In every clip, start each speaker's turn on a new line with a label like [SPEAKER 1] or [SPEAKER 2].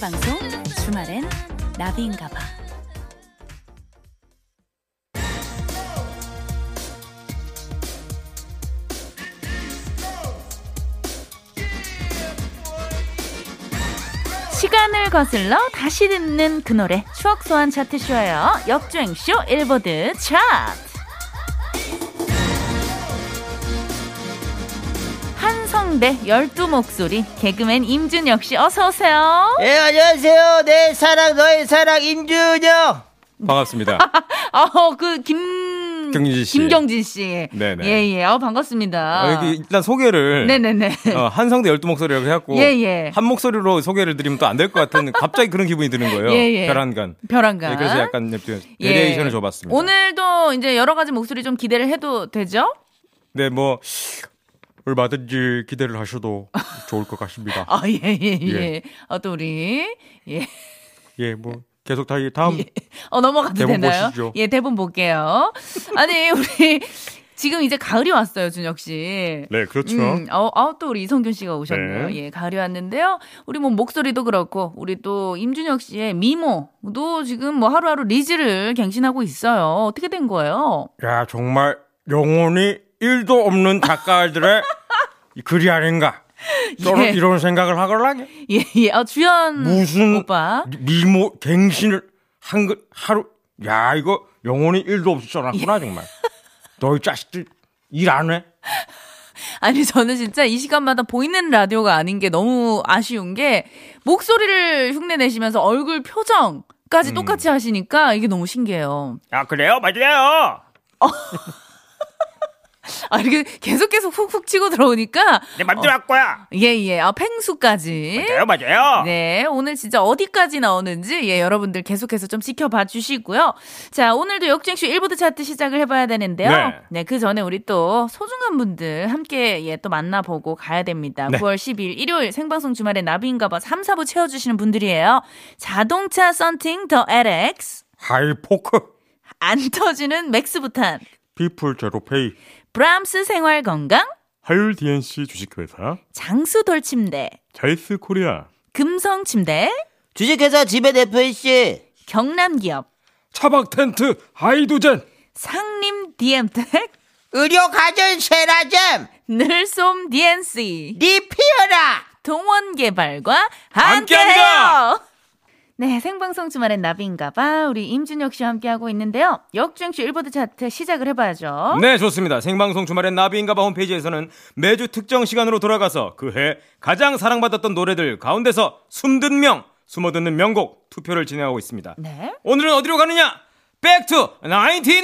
[SPEAKER 1] 방송 주말엔 나비인가봐. 시간을 거슬러 다시 듣는 그 노래 추억 소환 차트 쇼예요. 역주행 쇼 일보드 차트. 한성대 열두 목소리 개그맨 임준 역시 어서 오세요.
[SPEAKER 2] 예, 안녕하세요. 내 사랑, 너의 사랑, 임준영.
[SPEAKER 3] 반갑습니다.
[SPEAKER 1] 어그김
[SPEAKER 3] 경진 씨.
[SPEAKER 1] 김경진 씨.
[SPEAKER 3] 네네.
[SPEAKER 1] 예예. 어 반갑습니다.
[SPEAKER 3] 아, 여기 일단 소개를
[SPEAKER 1] 네네네.
[SPEAKER 3] 어, 한성대 열두 목소리라고 해갖고
[SPEAKER 1] 예, 예.
[SPEAKER 3] 한 목소리로 소개를 드리면 또 안 될 것 같은 갑자기 그런 기분이 드는 거예요.
[SPEAKER 1] 예, 예.
[SPEAKER 3] 별안간.
[SPEAKER 1] 벼랑간.
[SPEAKER 3] 네, 그래서 약간
[SPEAKER 1] 예.
[SPEAKER 3] 내레이션을 줘봤습니다.
[SPEAKER 1] 오늘도 이제 여러 가지 목소리 좀 기대를 해도 되죠?
[SPEAKER 3] 네, 뭐 얼마든지 기대를 하셔도 좋을 것 같습니다.
[SPEAKER 1] 아, 예, 예, 예.
[SPEAKER 3] 예.
[SPEAKER 1] 어, 또 우리. 예.
[SPEAKER 3] 예, 뭐 계속 다 다음
[SPEAKER 1] 어, 넘어가도
[SPEAKER 3] 대본
[SPEAKER 1] 되나요?
[SPEAKER 3] 보시죠.
[SPEAKER 1] 예, 대본 볼게요. 아니, 우리 지금 이제 가을이 왔어요, 준혁 씨.
[SPEAKER 3] 네, 그렇죠.
[SPEAKER 1] 음, 어, 어, 또 우리 이성균 씨가 오셨네요.
[SPEAKER 3] 네.
[SPEAKER 1] 예, 가을이 왔는데요. 우리 뭐 목소리도 그렇고, 우리 또 임준혁 씨의 미모도 지금 뭐 하루하루 리즈를 갱신하고 있어요. 어떻게 된 거예요?
[SPEAKER 3] 야, 정말 영혼이 일도 없는 작가들의 이 글이 아닌가. 저는
[SPEAKER 1] 예.
[SPEAKER 3] 이런 생각을 하걸라니
[SPEAKER 1] 예, 예. 아, 주연
[SPEAKER 3] 무슨
[SPEAKER 1] 오빠.
[SPEAKER 3] 미모 갱신을 한 그 하루 야 이거 영혼이 일도 없이
[SPEAKER 1] 예.
[SPEAKER 3] 써놨구나 정말 너희 자식들 일 안 해?
[SPEAKER 1] 아니 저는 진짜 이 시간마다 보이는 라디오가 아닌 게 너무 아쉬운 게 목소리를 흉내 내시면서 얼굴 표정까지 똑같이 하시니까 이게 너무 신기해요.
[SPEAKER 3] 아 그래요 맞아요
[SPEAKER 1] 아 이렇게 계속 계속 훅훅 치고 들어오니까
[SPEAKER 3] 내 맘대로 할 거야
[SPEAKER 1] 예예 아 팽수까지
[SPEAKER 3] 맞아요 맞아요
[SPEAKER 1] 네, 오늘 진짜 어디까지 나오는지 예, 여러분들 계속해서 좀 지켜봐 주시고요. 자, 오늘도 역주행쇼 1보드 차트 시작을 해봐야 되는데요. 네,
[SPEAKER 3] 네.
[SPEAKER 1] 그 전에 우리 또 소중한 분들 함께 예, 또 만나보고 가야 됩니다.
[SPEAKER 3] 네.
[SPEAKER 1] 9월 10일 일요일 생방송 주말에 나비인가봐 3, 4부 채워주시는 분들이에요. 자동차 썬팅 더 LX,
[SPEAKER 3] 하이포크
[SPEAKER 1] 안 터지는 맥스부탄,
[SPEAKER 3] 피플 제로페이
[SPEAKER 1] 브람스 생활건강,
[SPEAKER 3] 하율 DNC 주식회사
[SPEAKER 1] 장수돌 침대,
[SPEAKER 3] 자이스 코리아
[SPEAKER 1] 금성 침대,
[SPEAKER 2] 주식회사 지배 대표인 씨.
[SPEAKER 1] 경남기업,
[SPEAKER 3] 차박 텐트 하이도젠
[SPEAKER 1] 상림 DM텍,
[SPEAKER 2] 의료 가전 세라잼.
[SPEAKER 1] 늘솜 DNC.
[SPEAKER 2] 니 피어라.
[SPEAKER 1] 동원 개발과 함께해요.
[SPEAKER 3] 함께합니다.
[SPEAKER 1] 네, 생방송 주말엔 나비인가봐. 우리 임준혁 씨와 함께하고 있는데요. 역주행 씨 일보드 차트 시작을 해봐야죠.
[SPEAKER 3] 네 좋습니다 생방송 주말엔 나비인가봐 홈페이지에서는 매주 특정 시간으로 돌아가서 그해 가장 사랑받았던 노래들 가운데서 숨든 명 숨어듣는 명곡 투표를 진행하고 있습니다
[SPEAKER 1] 네.
[SPEAKER 3] 오늘은 어디로 가느냐? 백투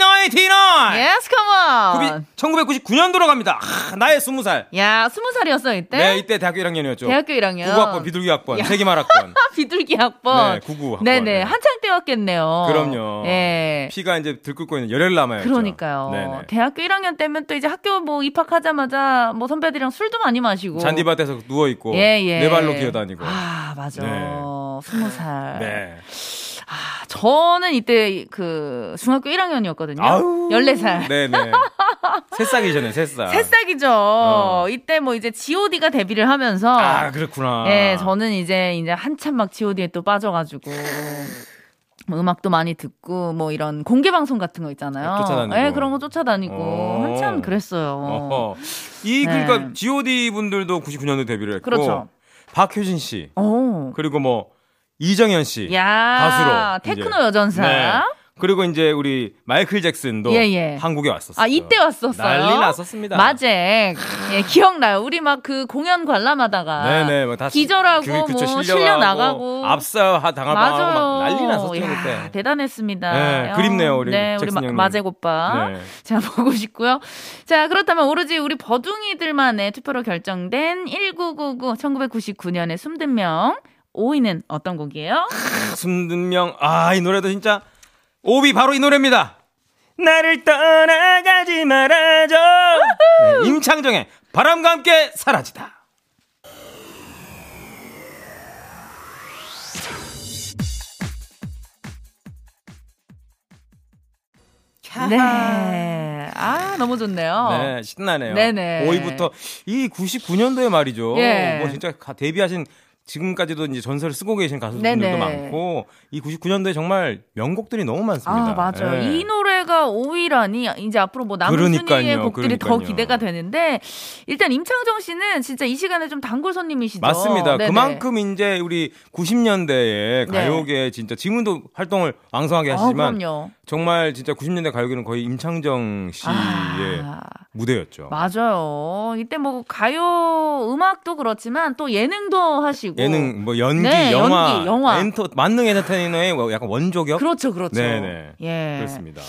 [SPEAKER 3] 1999!
[SPEAKER 1] Yes, come on.
[SPEAKER 3] 1999년도로 갑니다. 아, 나의 20살.
[SPEAKER 1] 야, 스무 살이었어 이때.
[SPEAKER 3] 네? 이때 대학교 1학년이었죠.
[SPEAKER 1] 대학교 1학년.
[SPEAKER 3] 국어학번, 비둘기학번, 세기말학번.
[SPEAKER 1] 아, 비둘기 학번.
[SPEAKER 3] 네, 구구 학번.
[SPEAKER 1] 네네,
[SPEAKER 3] 네.
[SPEAKER 1] 한창 때였겠네요.
[SPEAKER 3] 그럼요.
[SPEAKER 1] 예.
[SPEAKER 3] 피가 이제 들끓고 있는 열혈 남아요.
[SPEAKER 1] 그러니까요.
[SPEAKER 3] 네,
[SPEAKER 1] 대학교 1학년 때면 또 이제 학교 뭐 입학하자마자 뭐 선배들이랑 술도 많이 마시고.
[SPEAKER 3] 잔디밭에서 누워 있고
[SPEAKER 1] 예, 예.
[SPEAKER 3] 네 발로 기어다니고.
[SPEAKER 1] 아, 맞아.
[SPEAKER 3] 네.
[SPEAKER 1] 스무 살.
[SPEAKER 3] 네.
[SPEAKER 1] 아, 저는 이때 그 중학교 1학년이었거든요.
[SPEAKER 3] 아우.
[SPEAKER 1] 14살.
[SPEAKER 3] 네, 네. 새싹이잖아요, 새싹.
[SPEAKER 1] 새싹이죠.
[SPEAKER 3] 어.
[SPEAKER 1] 이때 뭐 이제 GOD가 데뷔를 하면서
[SPEAKER 3] 아, 그렇구나.
[SPEAKER 1] 예, 저는 이제 이제 한참 막 GOD에 또 빠져가지고 뭐 음악도 많이 듣고 뭐 이런 공개 방송 같은 거 있잖아요.
[SPEAKER 3] 네, 쫓아다니고.
[SPEAKER 1] 예, 그런 거 쫓아다니고
[SPEAKER 3] 어.
[SPEAKER 1] 한참 그랬어요.
[SPEAKER 3] 어허. 이
[SPEAKER 1] 뭐. 네.
[SPEAKER 3] 그러니까 G.O.D 분들도 99년도 데뷔를 했고
[SPEAKER 1] 그렇죠.
[SPEAKER 3] 박효진 씨
[SPEAKER 1] 오.
[SPEAKER 3] 그리고 뭐 이정현 씨
[SPEAKER 1] 어. 야,
[SPEAKER 3] 가수로
[SPEAKER 1] 테크노
[SPEAKER 3] 이제.
[SPEAKER 1] 여전사.
[SPEAKER 3] 네. 그리고 이제 우리 마이클 잭슨도
[SPEAKER 1] 예, 예.
[SPEAKER 3] 한국에 왔었어요.
[SPEAKER 1] 아 이때 왔었어요.
[SPEAKER 3] 난리 났었습니다.
[SPEAKER 1] 맞아. 예, 기억나요. 우리 막 그 공연 관람하다가
[SPEAKER 3] 네네, 뭐다
[SPEAKER 1] 기절하고
[SPEAKER 3] 그- 그쵸, 실려가고,
[SPEAKER 1] 뭐 실려 나가고
[SPEAKER 3] 압사 당하고
[SPEAKER 1] 맞아요.
[SPEAKER 3] 막 난리 났었죠
[SPEAKER 1] 야,
[SPEAKER 3] 그때.
[SPEAKER 1] 대단했습니다.
[SPEAKER 3] 네,
[SPEAKER 1] 야,
[SPEAKER 3] 그립네요, 우리
[SPEAKER 1] 네, 우리
[SPEAKER 3] 잭슨
[SPEAKER 1] 마-
[SPEAKER 3] 형님.
[SPEAKER 1] 마잭 오빠.
[SPEAKER 3] 네.
[SPEAKER 1] 자 보고 싶고요. 자 그렇다면 오로지 우리 버둥이들만의 투표로 결정된 1999 1999년의 숨든 명 5위는 어떤 곡이에요?
[SPEAKER 3] 숨든 명. 아, 이 노래도 진짜 오비 바로 이 노래입니다. 나를 떠나가지 말아줘. 네, 임창정의 바람과 함께 사라지다.
[SPEAKER 1] 네. 아 너무 좋네요.
[SPEAKER 3] 네, 신나네요.
[SPEAKER 1] 네네.
[SPEAKER 3] 5위부터 이 99년도에 말이죠.
[SPEAKER 1] 예.
[SPEAKER 3] 뭐 진짜 가- 데뷔하신 지금까지도 이제 전설을 쓰고 계신
[SPEAKER 1] 네네.
[SPEAKER 3] 가수분들도 많고 이 99년도에 정말 명곡들이 너무 많습니다.
[SPEAKER 1] 아, 맞아요.
[SPEAKER 3] 예.
[SPEAKER 1] 이 노래가 5위라니 이제 앞으로 뭐 남은
[SPEAKER 3] 그러니까요,
[SPEAKER 1] 순위의 곡들이 더
[SPEAKER 3] 그러니까요.
[SPEAKER 1] 기대가 되는데 일단 임창정 씨는 진짜 이 시간에 좀 단골 손님이시죠.
[SPEAKER 3] 맞습니다.
[SPEAKER 1] 네네.
[SPEAKER 3] 그만큼 이제 우리 90년대에
[SPEAKER 1] 네.
[SPEAKER 3] 가요계 진짜 지금도 활동을 왕성하게 하시지만
[SPEAKER 1] 아, 그럼요.
[SPEAKER 3] 정말 진짜 90년대 가요계는 거의 임창정 씨의
[SPEAKER 1] 아,
[SPEAKER 3] 예. 무대였죠.
[SPEAKER 1] 맞아요. 이때 뭐 가요 음악도 그렇지만 또 예능도 하시고
[SPEAKER 3] 예능 뭐 연기,
[SPEAKER 1] 네,
[SPEAKER 3] 영화,
[SPEAKER 1] 연기, 영화.
[SPEAKER 3] 엔터 만능 엔터테이너의 뭐 약간 원조격
[SPEAKER 1] 그렇죠, 그렇죠.
[SPEAKER 3] 네네.
[SPEAKER 1] 예.
[SPEAKER 3] 그렇습니다.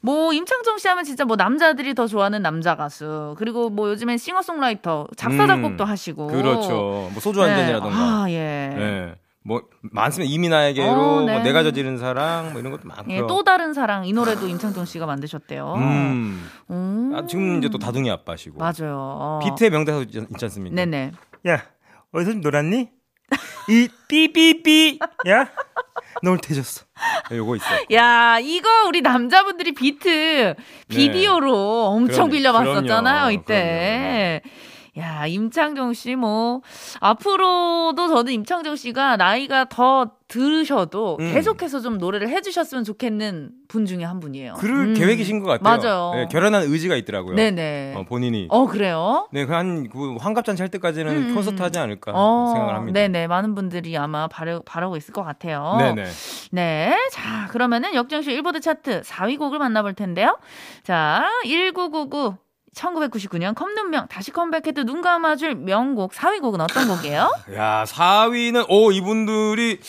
[SPEAKER 1] 뭐 임창정 씨 하면 진짜 뭐 남자들이 더 좋아하는 남자 가수 그리고 뭐 요즘엔 싱어송라이터 작사
[SPEAKER 3] 음,
[SPEAKER 1] 작곡도 하시고
[SPEAKER 3] 그렇죠. 뭐 소주 한
[SPEAKER 1] 네.
[SPEAKER 3] 잔이라던가.
[SPEAKER 1] 아, 예.
[SPEAKER 3] 예. 뭐 많습니다. 이민아에게로
[SPEAKER 1] 어, 네.
[SPEAKER 3] 뭐 내가 저지른 사랑 뭐 이런 것도 많고요.
[SPEAKER 1] 예, 또 다른 사랑 이 노래도 임창정 씨가 만드셨대요.
[SPEAKER 3] 음.
[SPEAKER 1] 음.
[SPEAKER 3] 아, 지금 이제 또 다둥이 아빠시고.
[SPEAKER 1] 맞아요.
[SPEAKER 3] 비트의 명대사 있지 않- 있지 않습니까?
[SPEAKER 1] 네네.
[SPEAKER 4] 야, 어디서 좀 놀았니? 이 삐삐삐. 야, 너 오늘 태졌어.
[SPEAKER 3] 네, 요거 있어요.
[SPEAKER 1] 야 이거 우리 남자분들이 비트 비디오로 엄청
[SPEAKER 3] 네. 그럼요.
[SPEAKER 1] 빌려봤었잖아요
[SPEAKER 3] 그럼요.
[SPEAKER 1] 이때. 야 임창정 씨 뭐 앞으로도 저는 임창정 씨가 나이가 더 들으셔도
[SPEAKER 3] 음.
[SPEAKER 1] 계속해서 좀 노래를 해주셨으면 좋겠는 분 중에 한 분이에요.
[SPEAKER 3] 그럴
[SPEAKER 1] 음.
[SPEAKER 3] 계획이신 것 같아요.
[SPEAKER 1] 맞아요.
[SPEAKER 3] 네, 결연한 의지가 있더라고요.
[SPEAKER 1] 네네.
[SPEAKER 3] 어,
[SPEAKER 1] 어,
[SPEAKER 3] 본인이.
[SPEAKER 1] 그래요?
[SPEAKER 3] 네, 그한 그 환갑잔치 할 때까지는
[SPEAKER 1] 음, 음,
[SPEAKER 3] 콘서트 하지 않을까
[SPEAKER 1] 어,
[SPEAKER 3] 네, 생각을 합니다.
[SPEAKER 1] 네네 어. 많은 분들이 아마 바라, 바라고 있을 것 같아요.
[SPEAKER 3] 네네.
[SPEAKER 1] 네. 자, 그러면은 역정쇼 일보드 차트 4위 곡을 만나볼 텐데요. 자, 1999. 1999년 컵눈명 다시 컴백해도 눈 감아줄 명곡 4위 곡은 어떤 곡이에요?
[SPEAKER 3] 야, 4위는 오 이분들이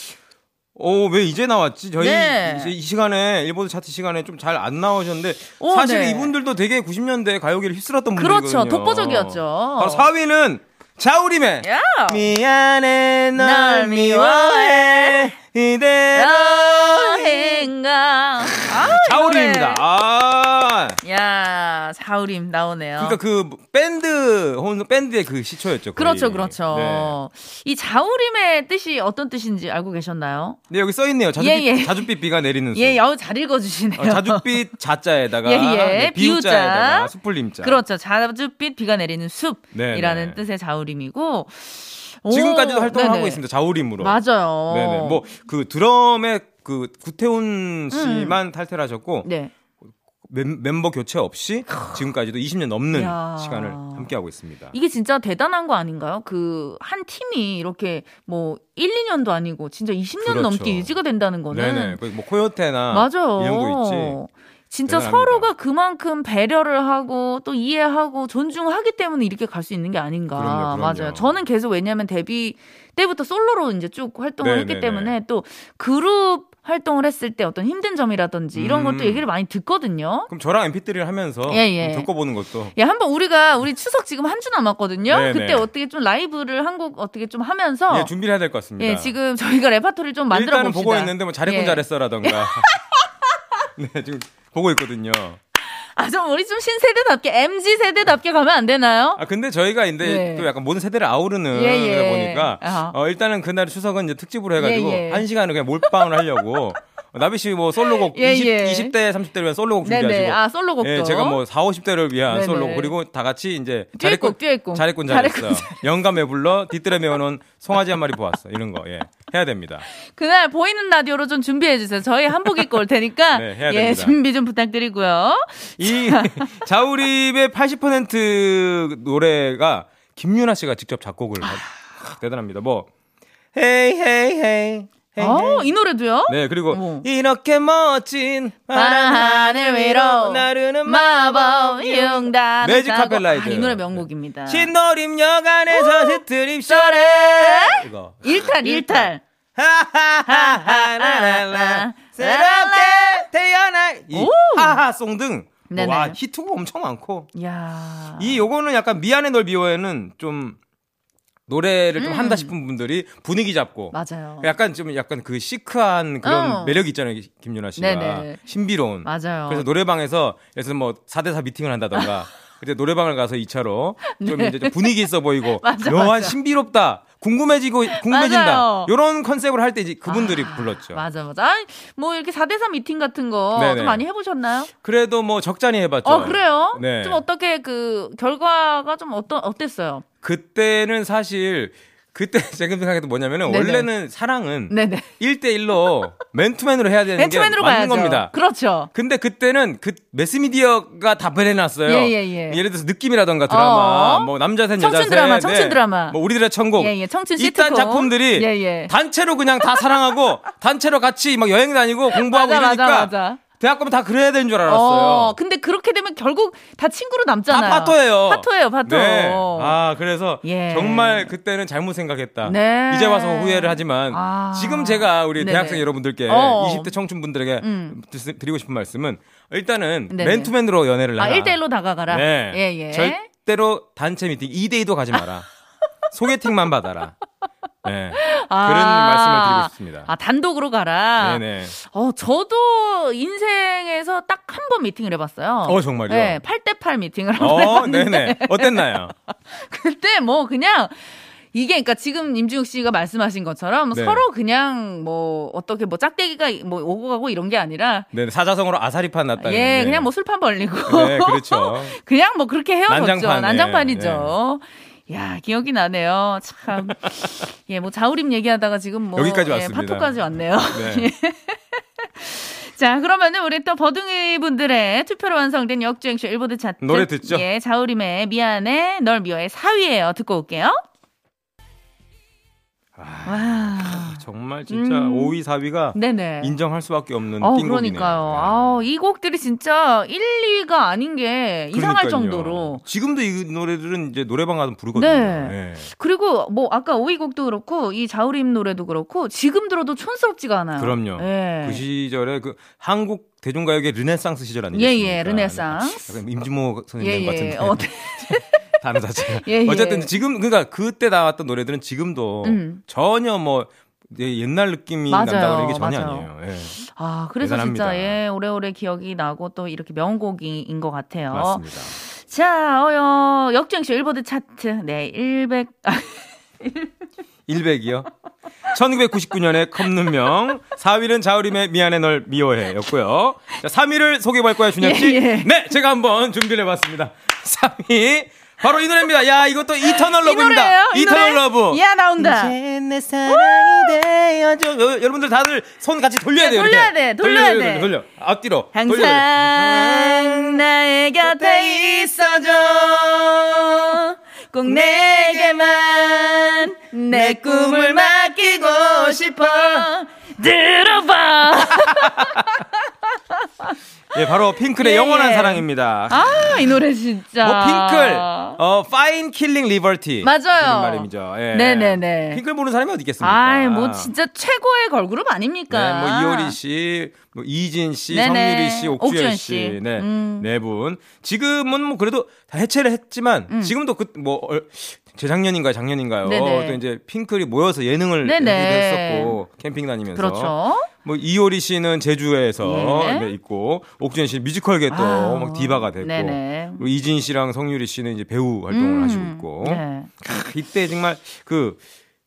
[SPEAKER 3] 오 왜 이제 나왔지? 저희
[SPEAKER 1] 네.
[SPEAKER 3] 이제 이 시간에 일보드 차트 시간에 좀 잘 안 나오셨는데
[SPEAKER 1] 오,
[SPEAKER 3] 사실
[SPEAKER 1] 네.
[SPEAKER 3] 이분들도 되게 90년대 가요계를 휩쓸었던 분들이거든요.
[SPEAKER 1] 그렇죠. 독보적이었죠.
[SPEAKER 3] 바로 4위는 자우림의
[SPEAKER 1] 야!
[SPEAKER 3] 미안해
[SPEAKER 1] 널
[SPEAKER 3] 널 미워해 이대로
[SPEAKER 1] 행가. 아, 이
[SPEAKER 3] 네, 자우림입니다. 아.
[SPEAKER 1] 노래. 야, 사우림 나오네요.
[SPEAKER 3] 그러니까 그 밴드 혼 밴드의 그 시초였죠. 거의.
[SPEAKER 1] 어. 그렇죠, 그렇죠.
[SPEAKER 3] 네.
[SPEAKER 1] 이 자우림의 뜻이 어떤 뜻인지 알고 계셨나요?
[SPEAKER 3] 근데 여기 써 있네요. 자주
[SPEAKER 1] 예, 예.
[SPEAKER 3] 자주빛 비가 내리는 수.
[SPEAKER 1] 예, 여우 잘 읽어주시네요.
[SPEAKER 3] 그렇죠. 어, 자줏빛 자자에다가
[SPEAKER 1] 예, 예.
[SPEAKER 3] 네,
[SPEAKER 1] 비우자.
[SPEAKER 3] 비우자에다가 숯불림자.
[SPEAKER 1] 그렇죠. 자주빛 비가 내리는
[SPEAKER 3] 네네.
[SPEAKER 1] 숲이라는 뜻의 자우림이고 오,
[SPEAKER 3] 지금까지도 활동을
[SPEAKER 1] 네네.
[SPEAKER 3] 하고 있습니다. 자우림으로.
[SPEAKER 1] 맞아요.
[SPEAKER 3] 네네. 뭐 그 드럼의 그 구태훈 씨만 탈퇴를 하셨고
[SPEAKER 1] 음. 네.
[SPEAKER 3] 멤, 멤버 교체 없이 지금까지도 20년 넘는
[SPEAKER 1] 이야.
[SPEAKER 3] 시간을 함께 하고 있습니다.
[SPEAKER 1] 이게 진짜 대단한 거 아닌가요? 그 한 팀이 이렇게 뭐 1, 2년도 아니고 진짜 20년
[SPEAKER 3] 그렇죠.
[SPEAKER 1] 넘게 유지가 된다는 거는
[SPEAKER 3] 네네. 그뭐 코요테나
[SPEAKER 1] 맞아요.
[SPEAKER 3] 이런 거 있지.
[SPEAKER 1] 진짜
[SPEAKER 3] 대단합니다.
[SPEAKER 1] 서로가 그만큼 배려를 하고 또 이해하고 존중하기 때문에 이렇게 갈 수 있는 게 아닌가.
[SPEAKER 3] 그럼요, 그럼요.
[SPEAKER 1] 맞아요. 저는 계속 왜냐하면 데뷔 때부터 솔로로 이제 쭉 활동을
[SPEAKER 3] 네,
[SPEAKER 1] 했기
[SPEAKER 3] 네,
[SPEAKER 1] 때문에 또 그룹 활동을 했을 때 어떤 힘든 점이라든지 이런
[SPEAKER 3] 음.
[SPEAKER 1] 것도 얘기를 많이 듣거든요.
[SPEAKER 3] 그럼 저랑 MP3를 하면서
[SPEAKER 1] 예, 예.
[SPEAKER 3] 좀 겪어보는 것도
[SPEAKER 1] 야, 한번 우리가 우리 추석 지금 한 주 남았거든요.
[SPEAKER 3] 네,
[SPEAKER 1] 그때
[SPEAKER 3] 네.
[SPEAKER 1] 어떻게 좀 라이브를 한 곡 어떻게 좀 하면서
[SPEAKER 3] 예, 준비를 해야 될 것 같습니다.
[SPEAKER 1] 예, 지금 저희가 레파토리를 좀 만들어
[SPEAKER 3] 일단은
[SPEAKER 1] 봅시다.
[SPEAKER 3] 보고 있는데 뭐 잘했군
[SPEAKER 1] 예.
[SPEAKER 3] 잘했어라던가. 네, 지금 보고 있거든요.
[SPEAKER 1] 아, 좀 우리 좀 신세대답게 MZ 세대답게 가면 안 되나요?
[SPEAKER 3] 아 근데 저희가 근데
[SPEAKER 1] 예.
[SPEAKER 3] 또 약간 모든 세대를 아우르는
[SPEAKER 1] 그렇죠? 예, 예.
[SPEAKER 3] 그러다 보니까
[SPEAKER 1] 아하.
[SPEAKER 3] 어, 일단은 그날 추석은 이제 특집으로 해가지고
[SPEAKER 1] 예, 예.
[SPEAKER 3] 한 시간을 그냥 몰빵을 하려고 어, 나비 씨 뭐 솔로곡
[SPEAKER 1] 예,
[SPEAKER 3] 20,
[SPEAKER 1] 예.
[SPEAKER 3] 20대 30대를 위한 솔로곡 준비하시고
[SPEAKER 1] 네네. 아, 솔로곡도.
[SPEAKER 3] 예, 제가 뭐 4, 50대를 위한
[SPEAKER 1] 네네.
[SPEAKER 3] 솔로곡 그리고 다 같이 이제
[SPEAKER 1] 듀엣곡, 듀엣곡.
[SPEAKER 3] 잘했군
[SPEAKER 1] 잘했군,
[SPEAKER 3] 잘했어 영감에 불러 뒤뜰에 메워놓은 송아지 한 마리 보았어 이런 거 예. 해야 됩니다
[SPEAKER 1] 그날 보이는 라디오로 좀 준비해 주세요. 저희 한복 입고 올 테니까
[SPEAKER 3] 네, 해야
[SPEAKER 1] 예,
[SPEAKER 3] 됩니다.
[SPEAKER 1] 준비 좀 부탁드리고요.
[SPEAKER 3] 이 자우림의 80% 노래가 김윤아 씨가 직접 작곡을 하- 대단합니다. 뭐 헤이 헤이 헤이 헤이
[SPEAKER 1] 어, 이 노래도요?
[SPEAKER 3] 네 그리고
[SPEAKER 1] 어머.
[SPEAKER 3] 이렇게 멋진 바람 하늘 위로 나르는 마
[SPEAKER 1] 마법 융단
[SPEAKER 3] 매직
[SPEAKER 1] 하고.
[SPEAKER 3] 카펠라이드.
[SPEAKER 1] 아, 이 노래 명곡입니다.
[SPEAKER 3] 신도림역 안에서 스트립쇼래 이거
[SPEAKER 1] 일탈 일탈.
[SPEAKER 3] 하하하하라라 새롭게 태어날 이
[SPEAKER 1] 오!
[SPEAKER 3] 하하송 등와
[SPEAKER 1] 네네.
[SPEAKER 3] 히트곡 엄청 많고
[SPEAKER 1] 야.
[SPEAKER 3] 이 요거는 약간 미안해 널 미워해는 좀 노래를 좀
[SPEAKER 1] 음.
[SPEAKER 3] 한다 싶은 분들이 분위기 잡고
[SPEAKER 1] 맞아요.
[SPEAKER 3] 약간 좀 약간 그 시크한 그런
[SPEAKER 1] 어.
[SPEAKER 3] 매력이 있잖아요 김윤아 씨가
[SPEAKER 1] 네네.
[SPEAKER 3] 신비로운
[SPEAKER 1] 맞아요.
[SPEAKER 3] 그래서 노래방에서 예를 들뭐 4대4 미팅을 한다던가 그때 노래방을 가서 2차로 좀 이제 좀 분위기 있어 보이고
[SPEAKER 1] 네. 맞아,
[SPEAKER 3] 묘한
[SPEAKER 1] 맞아.
[SPEAKER 3] 신비롭다 궁금해지고 궁금해진다
[SPEAKER 1] 맞아요.
[SPEAKER 3] 이런 컨셉으로 할 때 이제 그분들이
[SPEAKER 1] 아,
[SPEAKER 3] 불렀죠
[SPEAKER 1] 맞아, 맞아. 아니, 뭐 이렇게 4대3 미팅 같은 거
[SPEAKER 3] 네네.
[SPEAKER 1] 좀 많이 해보셨나요?
[SPEAKER 3] 그래도 뭐 적잖이 해봤죠
[SPEAKER 1] 어, 그래요?
[SPEAKER 3] 네.
[SPEAKER 1] 좀 어떻게 그 결과가 좀 어떠, 어땠어요?
[SPEAKER 3] 그때는 사실 그때 지금 생각해도 뭐냐면은
[SPEAKER 1] 네네.
[SPEAKER 3] 원래는 사랑은
[SPEAKER 1] 네네.
[SPEAKER 3] 일 대일로 맨투맨으로 해야 되는 게
[SPEAKER 1] 맨투맨으로
[SPEAKER 3] 맞는
[SPEAKER 1] 가야죠.
[SPEAKER 3] 겁니다.
[SPEAKER 1] 그렇죠.
[SPEAKER 3] 근데 그때는 그 매스미디어가 다 변해놨어요.
[SPEAKER 1] 예, 예, 예.
[SPEAKER 3] 를 들어서 느낌이라던가 드라마,
[SPEAKER 1] 어.
[SPEAKER 3] 뭐 남자 셋,
[SPEAKER 1] 청춘
[SPEAKER 3] 여자 셋,
[SPEAKER 1] 드라마,
[SPEAKER 3] 네.
[SPEAKER 1] 청춘 드라마.
[SPEAKER 3] 뭐 우리들의 천국,
[SPEAKER 1] 예, 예. 청춘 시트콤.
[SPEAKER 3] 이딴 작품들이
[SPEAKER 1] 예, 예.
[SPEAKER 3] 단체로 그냥 다 사랑하고 단체로 같이 막 여행 다니고 공부하고
[SPEAKER 1] 맞아, 맞아,
[SPEAKER 3] 이러니까
[SPEAKER 1] 맞아.
[SPEAKER 3] 대학 가면 다 그래야 되는 줄
[SPEAKER 1] 어,
[SPEAKER 3] 알았어요.
[SPEAKER 1] 근데 그렇게 되면 결국 다 친구로
[SPEAKER 3] 다
[SPEAKER 1] 남잖아요.
[SPEAKER 3] 파토예요.
[SPEAKER 1] 파토예요, 파토.
[SPEAKER 3] 네. 아, 그래서
[SPEAKER 1] 예.
[SPEAKER 3] 정말 그때는 잘못 생각했다.
[SPEAKER 1] 네.
[SPEAKER 3] 이제 와서 후회를 하지만
[SPEAKER 1] 아.
[SPEAKER 3] 지금 제가 우리
[SPEAKER 1] 네네.
[SPEAKER 3] 대학생 여러분들께
[SPEAKER 1] 어어.
[SPEAKER 3] 20대 청춘분들에게
[SPEAKER 1] 음.
[SPEAKER 3] 드리- 드리고 싶은 말씀은 일단은
[SPEAKER 1] 네네.
[SPEAKER 3] 맨투맨으로 연애를
[SPEAKER 1] 아,
[SPEAKER 3] 하라.
[SPEAKER 1] 1대1로 다가가라.
[SPEAKER 3] 네.
[SPEAKER 1] 예, 예.
[SPEAKER 3] 절대로 단체 미팅 2대2도 가지 마라. 소개팅만 받아라. 네.
[SPEAKER 1] 아.
[SPEAKER 3] 그런 말씀을 드리고 싶습니다.
[SPEAKER 1] 아, 단독으로 가라.
[SPEAKER 3] 네네.
[SPEAKER 1] 어, 저도 인생에서 딱 한 번 미팅을 해봤어요.
[SPEAKER 3] 어, 정말요?
[SPEAKER 1] 네, 8대8 미팅을 한번
[SPEAKER 3] 어,
[SPEAKER 1] 해봤는데.
[SPEAKER 3] 네네. 어땠나요?
[SPEAKER 1] 그때 뭐 그냥 이게 그러니까 지금 임중욱 씨가 말씀하신 것처럼
[SPEAKER 3] 네.
[SPEAKER 1] 서로 그냥 뭐 어떻게 뭐 짝대기가 뭐 오고 가고 이런 게 아니라
[SPEAKER 3] 네, 사자성어로 아사리판 났다.
[SPEAKER 1] 예, 그냥 뭐 술판 벌리고
[SPEAKER 3] 네, 그렇죠.
[SPEAKER 1] 그냥 뭐 그렇게 헤어졌죠.
[SPEAKER 3] 난장판, 예,
[SPEAKER 1] 난장판이죠.
[SPEAKER 3] 네.
[SPEAKER 1] 야, 기억이 나네요. 참. 예, 뭐 자우림 얘기하다가 지금 뭐
[SPEAKER 3] 여기까지
[SPEAKER 1] 예,
[SPEAKER 3] 왔습니다.
[SPEAKER 1] 파토까지 왔네요.
[SPEAKER 3] 네.
[SPEAKER 1] 자, 그러면은 우리 또 버둥이 분들의 투표로 완성된 역주행쇼 일보드 차트
[SPEAKER 3] 노래 듣죠?
[SPEAKER 1] 예, 자우림의 미안해 널 미워의 4위예요. 듣고 올게요. 와.
[SPEAKER 3] 아, 정말 진짜
[SPEAKER 1] 아, 음.
[SPEAKER 3] 5위, 4위가
[SPEAKER 1] 네네.
[SPEAKER 3] 인정할 수밖에 없는
[SPEAKER 1] 어,
[SPEAKER 3] 띵곡이네요.
[SPEAKER 1] 그러니까요. 아, 이 곡들이 진짜 1, 2가 아닌 게 이상할
[SPEAKER 3] 네. 그러니까요.
[SPEAKER 1] 정도로.
[SPEAKER 3] 지금도 이 노래들은 이제 노래방 가서 부르거든요.
[SPEAKER 1] 네.
[SPEAKER 3] 예.
[SPEAKER 1] 그리고 뭐 아까 오이 곡도 그렇고 이 자우림 노래도 그렇고 지금 들어도 촌스럽지가 않아요.
[SPEAKER 3] 그럼요.
[SPEAKER 1] 예.
[SPEAKER 3] 그 시절에 그 한국 대중가요계 르네상스 시절
[SPEAKER 1] 예,
[SPEAKER 3] 아니겠습니까?
[SPEAKER 1] 예, 르네상스.
[SPEAKER 3] 약간 임진모 선생님
[SPEAKER 1] 예,
[SPEAKER 3] 같은데.
[SPEAKER 1] 예. 어, 네.
[SPEAKER 3] 다른 자체가.
[SPEAKER 1] 예, 예.
[SPEAKER 3] 어쨌든 지금 그러니까 그때 나왔던 노래들은 지금도
[SPEAKER 1] 음.
[SPEAKER 3] 전혀 뭐 예, 옛날 느낌이
[SPEAKER 1] 맞아요,
[SPEAKER 3] 난다고 이게 전혀
[SPEAKER 1] 맞아요.
[SPEAKER 3] 아니에에요 예.
[SPEAKER 1] 아, 그래서
[SPEAKER 3] 대단합니다.
[SPEAKER 1] 진짜 예, 오래오래 기억이 나고 또 이렇게 명곡인 것 같아요.
[SPEAKER 3] 맞습니다.
[SPEAKER 1] 자, 어요. 역주행쇼 일보드 차트. 네, 100 아,
[SPEAKER 3] 100이요. 1999년에 컵눈명, 4위는 자우림의 미안해 널 미워해였고요. 자, 3위를 소개할 거야 준혁 씨.
[SPEAKER 1] 예, 예.
[SPEAKER 3] 네, 제가 한번 준비를 해봤습니다. 3위 바로 이 노래입니다. 야, 이것도 이터널
[SPEAKER 1] 이 노래예요.
[SPEAKER 3] 러브입니다.
[SPEAKER 1] 이
[SPEAKER 3] 이터널
[SPEAKER 1] 노래? 예.
[SPEAKER 3] 러브.
[SPEAKER 1] 야, 나온다.
[SPEAKER 2] 이제 내 사랑이 되어줘
[SPEAKER 3] 저, 여, 여러분들 다들 손 같이 돌려야 돼요.
[SPEAKER 1] 네, 돌려야
[SPEAKER 3] 이렇게.
[SPEAKER 1] 돼, 돌려야
[SPEAKER 3] 돌려,
[SPEAKER 1] 돼.
[SPEAKER 3] 돌려, 돌려. 앞뒤로. 돌려야 돼. 아.
[SPEAKER 1] 항상 나의 곁에 있어줘 꼭 내게만 내 꿈을 맡기고 싶어 들어봐
[SPEAKER 3] 예, 바로 핑클의
[SPEAKER 1] 예,
[SPEAKER 3] 영원한
[SPEAKER 1] 예.
[SPEAKER 3] 사랑입니다.
[SPEAKER 1] 아 이 노래 진짜
[SPEAKER 3] 뭐 핑클, 어 파인 킬링 리버티
[SPEAKER 1] 아. 맞아요.
[SPEAKER 3] 그런 말이죠. 예.
[SPEAKER 1] 네네네.
[SPEAKER 3] 핑클 보는 사람이 어디 있겠습니까?
[SPEAKER 1] 아이 뭐 진짜 최고의 걸그룹
[SPEAKER 3] 네,
[SPEAKER 1] 아닙니까
[SPEAKER 3] 뭐 이효리 씨, 뭐 이진 씨,
[SPEAKER 1] 네네.
[SPEAKER 3] 성유리 씨, 옥주현,
[SPEAKER 1] 옥주현
[SPEAKER 3] 씨,
[SPEAKER 1] 씨.
[SPEAKER 3] 네,
[SPEAKER 1] 음.
[SPEAKER 3] 네 분. 지금은 뭐 그래도 다 해체를 했지만 지금도 그 뭐 재작년인가 요 작년인가요?
[SPEAKER 1] 음. 네네.
[SPEAKER 3] 또 이제 핑클이 모여서 예능을
[SPEAKER 1] 네네.
[SPEAKER 3] 했었고 캠핑 다니면서.
[SPEAKER 1] 그렇죠
[SPEAKER 3] 뭐 이효리 씨는 제주에서
[SPEAKER 1] 예.
[SPEAKER 3] 네, 있고 옥주현 씨는 뮤지컬계 또
[SPEAKER 1] 아우.
[SPEAKER 3] 막 디바가 됐고
[SPEAKER 1] 네네.
[SPEAKER 3] 그리고 이진 씨랑 성유리 씨는 이제 배우 활동을
[SPEAKER 1] 음.
[SPEAKER 3] 하시고 있고
[SPEAKER 1] 네.
[SPEAKER 3] 크, 이때 정말 그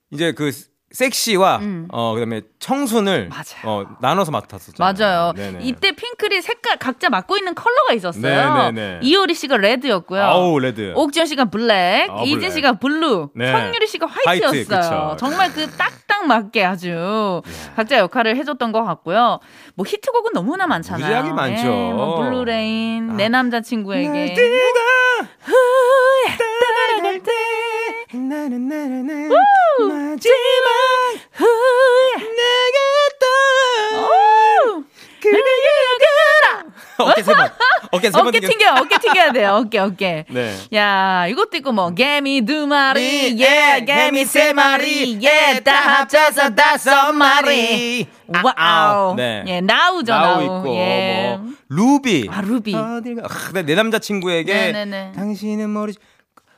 [SPEAKER 3] 이제 그 섹시와
[SPEAKER 1] 음.
[SPEAKER 3] 어 그다음에 청순을
[SPEAKER 1] 맞아요.
[SPEAKER 3] 어 나눠서 맡았었죠.
[SPEAKER 1] 맞아요.
[SPEAKER 3] 네네.
[SPEAKER 1] 이때 핑클이 색깔 각자 맡고 있는 컬러가 있었어요.
[SPEAKER 3] 네네네.
[SPEAKER 1] 이효리 씨가 레드였고요.
[SPEAKER 3] 아우 레드.
[SPEAKER 1] 옥지현 씨가 블랙,
[SPEAKER 3] 아,
[SPEAKER 1] 이재
[SPEAKER 3] 블랙.
[SPEAKER 1] 씨가 블루,
[SPEAKER 3] 네.
[SPEAKER 1] 성유리 씨가
[SPEAKER 3] 화이트,
[SPEAKER 1] 화이트였어요.
[SPEAKER 3] 그쵸. 예.
[SPEAKER 1] 정말 그 딱딱 맞게 아주 각자 역할을 해줬던 것 같고요. 뭐 히트곡은 너무나 많잖아요.
[SPEAKER 3] 무지하게 많죠.
[SPEAKER 1] 예, 뭐 블루레인,
[SPEAKER 3] 아.
[SPEAKER 1] 내 남자친구에게. 따라갈 때
[SPEAKER 4] 나는 나는 나는
[SPEAKER 1] 마지막 후에 어? 내가 떠 그대에게 가라
[SPEAKER 3] 어깨 세 번. 어깨 세번
[SPEAKER 1] 어깨 튕겨, 어깨 튕겨야 돼요. 어깨, 어깨.
[SPEAKER 3] 네.
[SPEAKER 1] 야, 이것도 있고 뭐 개미 두 마리,
[SPEAKER 3] 네,
[SPEAKER 1] 예, 개미 세 마리, 예, 다 합쳐서 다섯 마리. 와우.
[SPEAKER 3] 네.
[SPEAKER 1] 예, 나우죠, 나우.
[SPEAKER 3] 나우 있고
[SPEAKER 1] 예.
[SPEAKER 3] 뭐 루비.
[SPEAKER 1] 아, 루비.
[SPEAKER 3] 어딜 가- 아, 내- 내 남자친구에게
[SPEAKER 1] 네네네.
[SPEAKER 3] 당신은 모르지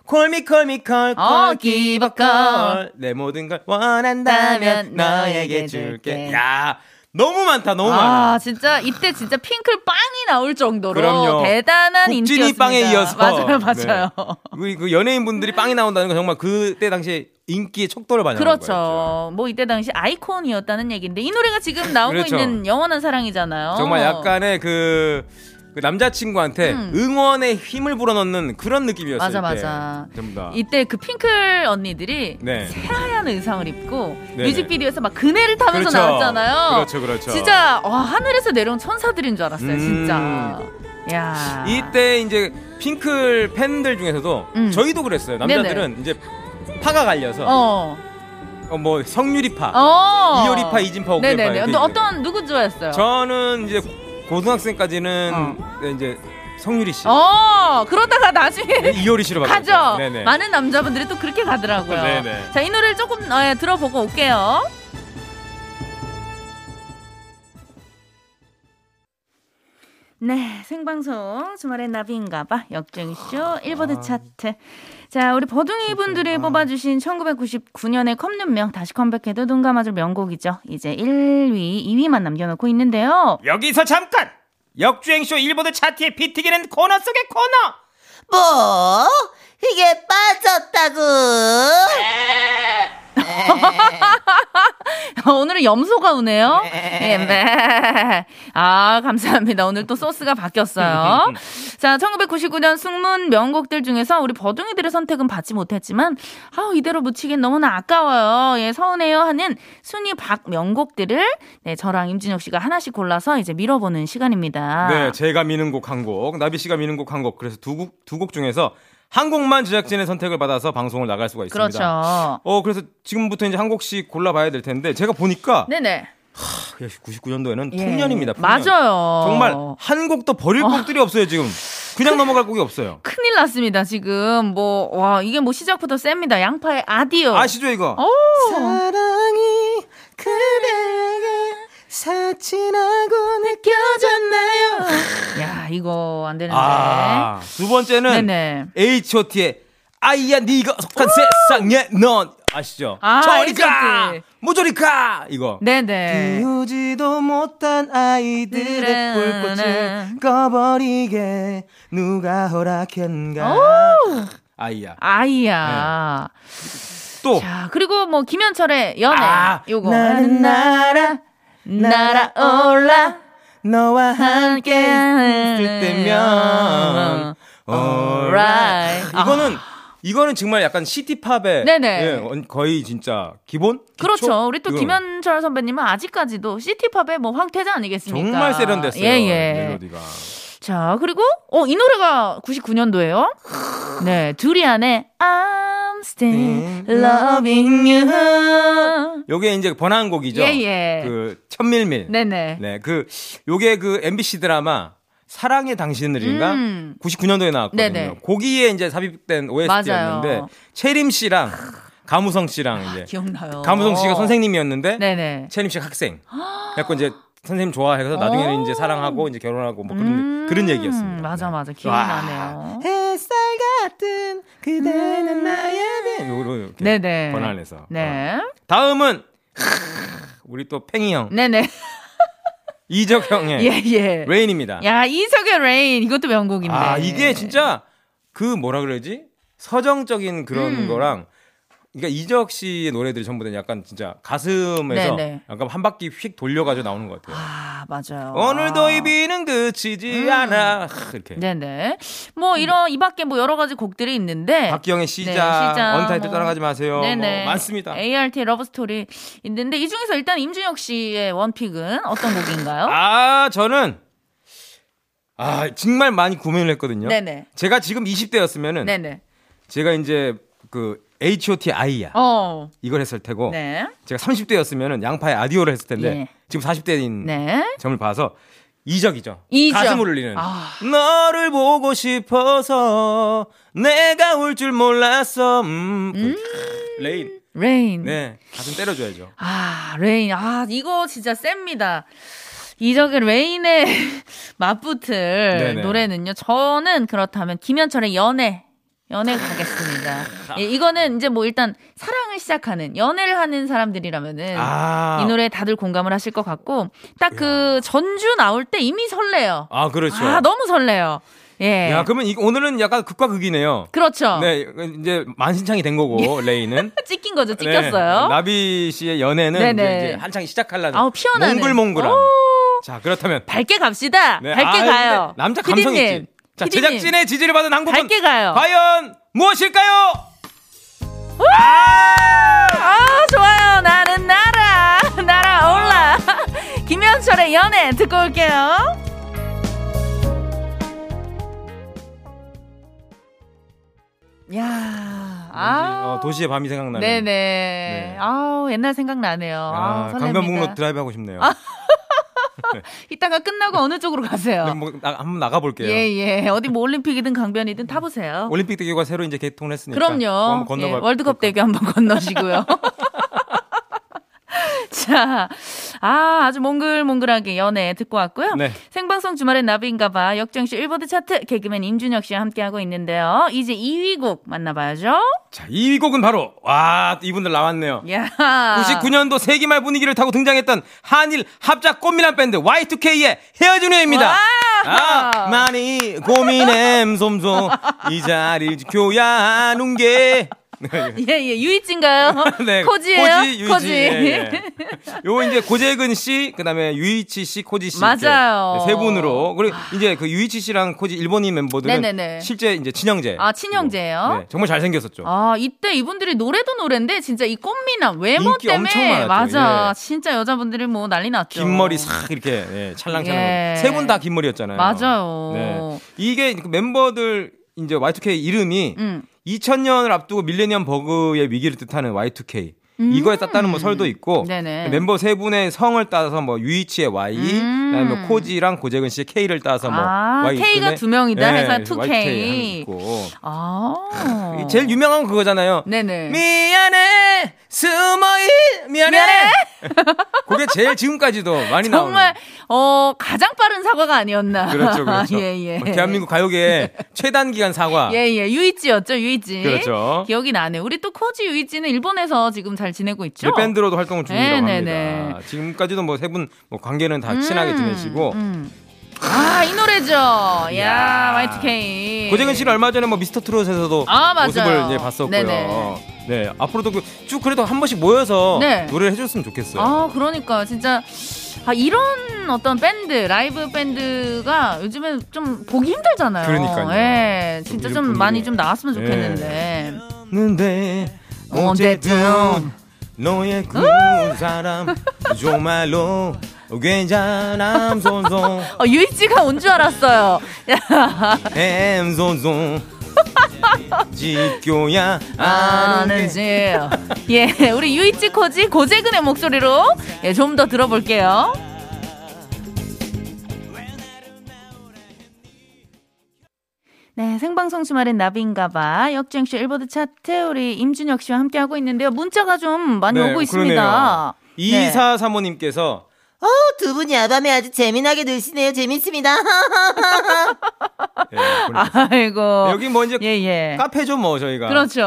[SPEAKER 3] 콜미 콜미 콜콜
[SPEAKER 1] 어, give a call.
[SPEAKER 3] 내 모든 걸 원한다면
[SPEAKER 1] 나면
[SPEAKER 3] 너에게
[SPEAKER 1] 너에게
[SPEAKER 3] 줄게
[SPEAKER 1] 줄게.
[SPEAKER 3] 야 너무 많다 너무
[SPEAKER 1] 아,
[SPEAKER 3] 많아
[SPEAKER 1] 진짜 이때 진짜 핑클 빵이 나올 정도로
[SPEAKER 3] 그럼요.
[SPEAKER 1] 대단한
[SPEAKER 3] 국진이
[SPEAKER 1] 인기였습니다.
[SPEAKER 3] 빵에 이어서 네.
[SPEAKER 1] 맞아요, 맞아요.
[SPEAKER 3] 우리 그 연예인분들이 빵이 나온다는 건 정말 그때 당시에 인기의 척도를 반영한 거였죠
[SPEAKER 1] 그렇죠. 뭐 이때 당시 아이콘이었다는 얘기인데 이 노래가 지금 나오고
[SPEAKER 3] 그렇죠.
[SPEAKER 1] 있는 영원한 사랑이잖아요. 음.
[SPEAKER 3] 정말 약간의 그 그 남자친구한테 응원의 힘을 불어넣는 그런 느낌이었어요.
[SPEAKER 1] 맞아,
[SPEAKER 3] 이때.
[SPEAKER 1] 맞아.
[SPEAKER 3] 전부 다.
[SPEAKER 1] 이때 그 핑클 언니들이
[SPEAKER 3] 네.
[SPEAKER 1] 새하얀 의상을 입고
[SPEAKER 3] 네네.
[SPEAKER 1] 뮤직비디오에서 막 그네를 타면서
[SPEAKER 3] 그렇죠.
[SPEAKER 1] 나왔잖아요.
[SPEAKER 3] 그렇죠, 그렇죠.
[SPEAKER 1] 진짜 와, 하늘에서 내려온 천사들인 줄 알았어요,
[SPEAKER 3] 음.
[SPEAKER 1] 진짜. 야.
[SPEAKER 3] 이때 이제 핑클 팬들 중에서도
[SPEAKER 1] 음.
[SPEAKER 3] 저희도 그랬어요. 남자들은 이제 파가 갈려서
[SPEAKER 1] 어.
[SPEAKER 3] 어, 뭐 성유리파,
[SPEAKER 1] 어.
[SPEAKER 3] 이효리파, 이진파, 오케이파.
[SPEAKER 1] 네네네.
[SPEAKER 3] 이렇게 이제.
[SPEAKER 1] 또 어떤 누구 좋아했어요?
[SPEAKER 3] 저는 이제 고등학생까지는 네, 이제 성유리 씨,
[SPEAKER 1] 어. 그러다가 나중에
[SPEAKER 3] 이효리 씨로 바뀌었어요.
[SPEAKER 1] 가죠.
[SPEAKER 3] 네네.
[SPEAKER 1] 많은 남자분들이 또 그렇게 가더라고요.
[SPEAKER 3] 네네.
[SPEAKER 1] 자, 이 노래를 조금 어, 들어보고 올게요. 네, 생방송 주말엔 나비인가봐 역정쇼
[SPEAKER 3] 아.
[SPEAKER 1] 1버드 차트. 자, 우리 버둥이 분들이 뽑아주신 1999년의 컵눈명 다시 컴백해도 눈 감아줄 명곡이죠. 이제 1위, 2위만 남겨놓고 있는데요.
[SPEAKER 3] 여기서 잠깐 역주행쇼 일보드 차트에 비트기는 코너 속의 코너.
[SPEAKER 2] 뭐? 이게 빠졌다고?
[SPEAKER 1] 오늘은 염소가 우네요. 예, 네. 아, 감사합니다. 오늘 또 소스가 바뀌었어요. 자, 1999년 숙문 명곡들 중에서 우리 버둥이들의 선택은 받지 못했지만, 아우, 이대로 묻히긴 너무나 아까워요. 예, 서운해요. 하는 순위 박 명곡들을, 네, 저랑 임진혁 씨가 하나씩 골라서 이제 밀어보는 시간입니다.
[SPEAKER 3] 네, 제가 미는 곡 한 곡, 나비 씨가 미는 곡 한 곡. 그래서 두 곡 두 곡 중에서 한 곡만 제작진의 선택을 받아서 방송을 나갈 수가 있습니다.
[SPEAKER 1] 그렇죠.
[SPEAKER 3] 어, 그래서 지금부터 이제 한 곡씩 골라봐야 될 텐데 제가 보니까 아,
[SPEAKER 1] 네네.
[SPEAKER 3] 역시 99년도에는
[SPEAKER 1] 예.
[SPEAKER 3] 풍년입니다. 풍년.
[SPEAKER 1] 맞아요.
[SPEAKER 3] 정말 한 곡도 버릴 곡들이 없어요 지금. 그냥 넘어갈 곡이 없어요.
[SPEAKER 1] 큰일 났습니다, 지금. 뭐, 와, 이게 뭐 시작부터 셉니다. 양파의 아디오.
[SPEAKER 3] 아시죠 이거?
[SPEAKER 1] 오!
[SPEAKER 2] 사랑이 그대가 사치라고 느껴졌나요?
[SPEAKER 1] 야 이거 안 되는데.
[SPEAKER 3] 아, 두 번째는
[SPEAKER 1] 네. 네네.
[SPEAKER 3] H.O.T.의 아이야 네가 속한 세상에 넌 아시죠?
[SPEAKER 1] 아,
[SPEAKER 3] 저리 가
[SPEAKER 1] H.O.T..
[SPEAKER 3] 모조리 가 이거
[SPEAKER 1] 네네.
[SPEAKER 2] 비우지도 못한
[SPEAKER 1] 네,
[SPEAKER 2] 아이들의 불꽃을 꺼버리게 누가 허락했는가
[SPEAKER 3] 아이야
[SPEAKER 1] 아이야.
[SPEAKER 3] 또
[SPEAKER 1] 자 그리고 뭐 김현철의 연애
[SPEAKER 3] 네. 어. 아,
[SPEAKER 1] 요거.
[SPEAKER 2] 나는 날아
[SPEAKER 1] 날아올라
[SPEAKER 2] 너와
[SPEAKER 1] 함께 네.
[SPEAKER 3] 있을 때면 alright 아.
[SPEAKER 1] alright.
[SPEAKER 3] 이거는 이거는 정말 약간 시티팝의
[SPEAKER 1] 네네.
[SPEAKER 3] 예, 언- 거의 진짜 기본 기초? 어.
[SPEAKER 1] 그렇죠. 우리 또
[SPEAKER 3] 이거
[SPEAKER 1] 김현철 선배님은 아직까지도 시티팝의 뭐 황태자 아니겠습니까?
[SPEAKER 3] 정말 세련됐어요
[SPEAKER 1] 예, 예.
[SPEAKER 3] 멜로디가
[SPEAKER 1] 자, 그리고, 어, 이 노래가 99년도예요 네, 두리안의
[SPEAKER 3] 네.
[SPEAKER 1] I'm still loving you.
[SPEAKER 3] 요게 이제 번안곡이죠
[SPEAKER 1] 예, 예.
[SPEAKER 3] 그 천밀밀
[SPEAKER 1] 네네.
[SPEAKER 3] 네, 그 요게 그 MBC 드라마 사랑의 당신을인가
[SPEAKER 1] 음.
[SPEAKER 3] 99년도에 나왔거든요.
[SPEAKER 1] 네네.
[SPEAKER 3] 거기에 이제 삽입된 OST였는데
[SPEAKER 1] 맞아요.
[SPEAKER 3] 채림 씨랑 가무성 씨랑 이제
[SPEAKER 1] 기억나요.
[SPEAKER 3] 가무성 네. 씨가 선생님이었는데
[SPEAKER 1] 네네.
[SPEAKER 3] 채림 씨가 학생. 약간 이제 선생님 좋아해서 나중에는 이제 사랑하고 이제 결혼하고 뭐 그런
[SPEAKER 1] 음,
[SPEAKER 3] 그런 얘기였습니다.
[SPEAKER 1] 맞아,
[SPEAKER 3] 네.
[SPEAKER 1] 맞아.
[SPEAKER 3] 와.
[SPEAKER 1] 기억나네요.
[SPEAKER 2] 햇살 같은 그대는 나의
[SPEAKER 3] 네, 요로 이렇게
[SPEAKER 1] 네네.
[SPEAKER 3] 번안해서. 어.
[SPEAKER 1] 네.
[SPEAKER 3] 다음은 우리 또 팽이 형
[SPEAKER 1] 네네.
[SPEAKER 3] 이적 형의
[SPEAKER 1] 음. 예, 예.
[SPEAKER 3] 레인입니다.
[SPEAKER 1] 야, 이석의 레인. 이것도 명곡인데.
[SPEAKER 3] 아
[SPEAKER 1] 예.
[SPEAKER 3] 이게 진짜 그 뭐라 그러지 서정적인 그런
[SPEAKER 1] 음.
[SPEAKER 3] 거랑 그러니까 이적 씨의 노래들이 전부 다 약간 진짜 가슴에서
[SPEAKER 1] 네네.
[SPEAKER 3] 약간 한 바퀴 휙 돌려가지고 나오는 것 같아요.
[SPEAKER 1] 아, 맞아요. 음.
[SPEAKER 3] 오늘도 이 비는 그치지 않아 하, 이렇게
[SPEAKER 1] 네네. 뭐, 이런, 이 밖에 뭐 여러 가지 곡들이 있는데.
[SPEAKER 3] 박기영의 시작,
[SPEAKER 1] 네. 시작,
[SPEAKER 3] 언타이틀
[SPEAKER 1] 뭐.
[SPEAKER 3] 따라가지 마세요.
[SPEAKER 1] 네네.
[SPEAKER 3] 뭐 많습니다.
[SPEAKER 1] ART 러브스토리 있는데, 이 중에서 일단 임준혁 씨의 원픽은 어떤 곡인가요?
[SPEAKER 3] 아 저는 아 정말 많이 고민을 했거든요.
[SPEAKER 1] 네네.
[SPEAKER 3] 제가 지금 20대였으면은
[SPEAKER 1] 네네.
[SPEAKER 3] 제가 이제 그 H.O.T. 아이야
[SPEAKER 1] 어.
[SPEAKER 3] 이걸 했을 테고
[SPEAKER 1] 네.
[SPEAKER 3] 제가 30대였으면 양파의 아디오를 했을 텐데
[SPEAKER 1] 예.
[SPEAKER 3] 지금 40대인
[SPEAKER 1] 네.
[SPEAKER 3] 점을 봐서 이적이죠.
[SPEAKER 1] 이적.
[SPEAKER 3] 가슴을 울리는.
[SPEAKER 1] 아.
[SPEAKER 3] 너를 보고 싶어서 내가 올 줄 몰랐어. 음. 그 레인.
[SPEAKER 1] 레인.
[SPEAKER 3] 네. 가슴 때려줘야죠.
[SPEAKER 1] 아, 레인. 아, 이거 진짜 셉니다. 이적의 레인의 맞붙을
[SPEAKER 3] 네네.
[SPEAKER 1] 노래는요. 저는 그렇다면 김현철의 연애.
[SPEAKER 3] 아.
[SPEAKER 1] 연애 가겠습니다. 예, 이거는 이제 뭐 일단 사랑을 시작하는 연애를 하는 사람들이라면은
[SPEAKER 3] 아.
[SPEAKER 1] 네. 이 노래 다들 공감을 하실 것 같고 딱 그 전주 나올 때 이미 설레요.
[SPEAKER 3] 아, 그렇죠.
[SPEAKER 1] 아, 너무 설레요. 예.
[SPEAKER 3] 야, 그러면 이, 오늘은 약간 극과 극이네요.
[SPEAKER 1] 그렇죠.
[SPEAKER 3] 네. 이제 만신창이 된 거고, 레인은.
[SPEAKER 1] 찍힌 거죠.
[SPEAKER 3] 네,
[SPEAKER 1] 찍혔어요.
[SPEAKER 3] 나비 씨의 연애는
[SPEAKER 1] 네네.
[SPEAKER 3] 이제, 이제 한창 시작하려는
[SPEAKER 1] 아우, 피어나는.
[SPEAKER 3] 몽글몽글함.
[SPEAKER 1] 오,
[SPEAKER 3] 자, 그렇다면
[SPEAKER 1] 밝게 갑시다.
[SPEAKER 3] 네,
[SPEAKER 1] 밝게
[SPEAKER 3] 아,
[SPEAKER 1] 가요.
[SPEAKER 3] 남자 감성 있지.
[SPEAKER 1] 피디님,
[SPEAKER 3] 자,
[SPEAKER 1] 피디님,
[SPEAKER 3] 제작진의 지지를 받은 한국은
[SPEAKER 1] 밝게 가요.
[SPEAKER 3] 과연 무엇일까요?
[SPEAKER 1] 아 좋아요. 나는 나라 날아올라. 김현철의 연애 듣고 올게요. 야, 아,
[SPEAKER 3] 네, 어, 도시의 밤이 생각나는.
[SPEAKER 1] 네네.
[SPEAKER 3] 네.
[SPEAKER 1] 아우 옛날 생각나네요. 아,
[SPEAKER 3] 아,
[SPEAKER 1] 설렙니다. 아.
[SPEAKER 3] 강변북로 드라이브 하고 싶네요.
[SPEAKER 1] 이따가 끝나고 어느 쪽으로 가세요?
[SPEAKER 3] 그럼 뭐 나- 한번 나가 볼게요.
[SPEAKER 1] 예예. 어디 뭐 올림픽이든 강변이든 타보세요.
[SPEAKER 3] 올림픽 대교가 새로 이제 개통을 했으니까. 그거
[SPEAKER 1] 그럼요.
[SPEAKER 3] 그러니까 한번 건너가
[SPEAKER 1] 예, 월드컵 대교 한번 건너시고요. 자, 아, 아주 몽글몽글하게 연애 듣고 왔고요.
[SPEAKER 3] 네.
[SPEAKER 1] 생방송 주말엔 나비인가봐. 역정씨 1보드 차트 개그맨 임준혁 씨와 함께하고 있는데요. 이제 2위 곡 만나봐야죠.
[SPEAKER 3] 자, 2위 곡은 바로 와, 또 이분들 나왔네요.
[SPEAKER 1] 야
[SPEAKER 3] 99년도 세기말 분위기를 타고 등장했던 한일 합작 꽃미남 밴드 Y2K의 헤어진 후입니다. 아, 많이 고민해 솜솜 이 자리를 지켜야 하는 게
[SPEAKER 1] 예, 예. 유이찐가요?
[SPEAKER 3] 네,
[SPEAKER 1] 코지예요?
[SPEAKER 3] 코지, 유지. 예, 예. 요 이제 고재근 씨, 그다음에 유이치 씨, 코지 씨 이렇게
[SPEAKER 1] 맞아요.
[SPEAKER 3] 세 분으로 그리고 이제 그 유이치 씨랑 코지 일본인 멤버들은
[SPEAKER 1] 네네네.
[SPEAKER 3] 실제 이제 친형제.
[SPEAKER 1] 아, 친형제예요?
[SPEAKER 3] 네, 정말 잘 생겼었죠.
[SPEAKER 1] 아, 이때 이분들이 노래도 노래인데 진짜 이 꽃미남 외모
[SPEAKER 3] 인기
[SPEAKER 1] 때문에
[SPEAKER 3] 엄청 많았죠.
[SPEAKER 1] 맞아.
[SPEAKER 3] 예.
[SPEAKER 1] 진짜 여자분들이 뭐 난리 났죠.
[SPEAKER 3] 긴 머리 싹 이렇게 예, 찰랑찰랑.
[SPEAKER 1] 예.
[SPEAKER 3] 세 분 다 긴 머리였잖아요.
[SPEAKER 1] 맞아요.
[SPEAKER 3] 네. 이게 그 멤버들 이제 Y2K 이름이
[SPEAKER 1] 음.
[SPEAKER 3] 2000년을 앞두고 밀레니엄 버그의 위기를 뜻하는 Y2K. 이거에 땄다는 뭐 설도 있고
[SPEAKER 1] 음. 네네.
[SPEAKER 3] 멤버 세 분의 성을 따서 뭐 유이치의 Y,
[SPEAKER 1] 음.
[SPEAKER 3] 그다음에 코지랑 고재근 씨의 K를 따서 뭐
[SPEAKER 1] 아,
[SPEAKER 3] Y
[SPEAKER 1] K가
[SPEAKER 3] 때문에
[SPEAKER 1] 두 명이다 해서
[SPEAKER 3] 예,
[SPEAKER 1] 2K.
[SPEAKER 3] Y2K 있고
[SPEAKER 1] 아.
[SPEAKER 3] 이 제일 유명한 건 그거잖아요.
[SPEAKER 1] 네네.
[SPEAKER 3] 미안해 숨어있 미안해.
[SPEAKER 1] 미안해.
[SPEAKER 3] 그게 제일 지금까지도 많이 나오는.
[SPEAKER 1] 정말 어 가장 빠른 사과가 아니었나.
[SPEAKER 3] 그렇죠, 그렇죠.
[SPEAKER 1] 예, 예.
[SPEAKER 3] 대한민국 가요계의 최단 기간 사과.
[SPEAKER 1] 예, 예. 유이찌였죠, 유이찌.
[SPEAKER 3] 그렇죠.
[SPEAKER 1] 기억이 나네. 우리 또 코지 유이찌는 일본에서 지금 잘 지내고 있죠?
[SPEAKER 3] 네, 밴드로도 활동을 중이라고
[SPEAKER 1] 네,
[SPEAKER 3] 합니다.
[SPEAKER 1] 네,
[SPEAKER 3] 지금까지도 뭐 세 분 뭐 관계는 다 친하게
[SPEAKER 1] 음,
[SPEAKER 3] 지내시고
[SPEAKER 1] 음. 아, 이 노래죠. 야,
[SPEAKER 3] 이야.
[SPEAKER 1] Y2K.
[SPEAKER 3] 고재근 씨를 얼마 전에 뭐 미스터 트롯에서도
[SPEAKER 1] 예. 아, 맞아요.
[SPEAKER 3] 모습을 이제 봤었고요.
[SPEAKER 1] 네네.
[SPEAKER 3] 네, 앞으로도 그쭉 그래도 한 번씩 모여서
[SPEAKER 1] 네.
[SPEAKER 3] 노래를 해줬으면 좋겠어요.
[SPEAKER 1] 아, 그러니까 진짜 아, 이런 어떤 밴드, 라이브 밴드가 요즘에 좀 보기 힘들잖아요.
[SPEAKER 3] 그러니까요.
[SPEAKER 1] 예. 진짜
[SPEAKER 3] 좀
[SPEAKER 1] 좀
[SPEAKER 3] 이런
[SPEAKER 1] 많이
[SPEAKER 3] 분위기.
[SPEAKER 1] 좀 나왔으면
[SPEAKER 3] 예.
[SPEAKER 1] 좋겠는데.
[SPEAKER 3] 근데
[SPEAKER 1] 어쨌든 아.
[SPEAKER 3] 어쨌든 너의 그 사람 정말로 괜찮아 손송
[SPEAKER 1] 어, 유이치가 온 줄 알았어요. 야,
[SPEAKER 3] 엠손송 지켜야 아는
[SPEAKER 1] 아는지. 예, 우리 유이치 코지 고재근의 목소리로 예, 좀 더 들어볼게요. 네, 생방송 주말엔 나비인가봐. 역주행쇼 일보드 차트 우리 임준혁 씨와 함께하고 있는데요. 문자가 좀 많이 오고 아, 있습니다. 네.
[SPEAKER 3] 네, 이사 사모님께서
[SPEAKER 2] 어, 두 분이 아밤에 아주 재미나게 노시네요. 재밌습니다.
[SPEAKER 3] 예, 보내-
[SPEAKER 1] 아이고.
[SPEAKER 3] 여기 뭐 이제
[SPEAKER 1] 아, 예, 예.
[SPEAKER 3] 카페죠 뭐 저희가 네.
[SPEAKER 1] 그렇죠.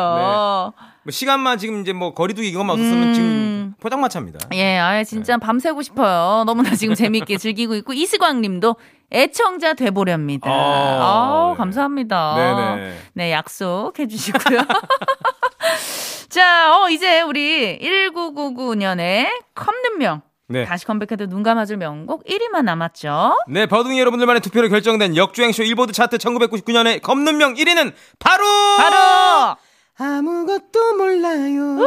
[SPEAKER 3] 뭐 시간만 지금 이제 뭐 거리두기 이것만 없으면
[SPEAKER 1] 음.
[SPEAKER 3] 지금 포장마차입니다.
[SPEAKER 1] 예, 아 진짜
[SPEAKER 3] 네.
[SPEAKER 1] 밤새고 싶어요. 너무나 지금 재미있게 즐기고 있고 이수광 님도 애청자 돼보렵니다.
[SPEAKER 3] 아,
[SPEAKER 1] 아,
[SPEAKER 3] 네.
[SPEAKER 1] 감사합니다.
[SPEAKER 3] 네네.
[SPEAKER 1] 네, 약속해 주시고요. 자, 어 이제 우리 1999년에 컵는명
[SPEAKER 3] 네.
[SPEAKER 1] 다시 컴백해도 눈 감아줄 명곡 1위만 남았죠.
[SPEAKER 3] 네, 버둥이 여러분들만의 투표로 결정된 역주행쇼 일보드 차트 1999년의 검눈명 1위는 바로
[SPEAKER 1] 바로
[SPEAKER 2] 아, 아무것도 몰라요.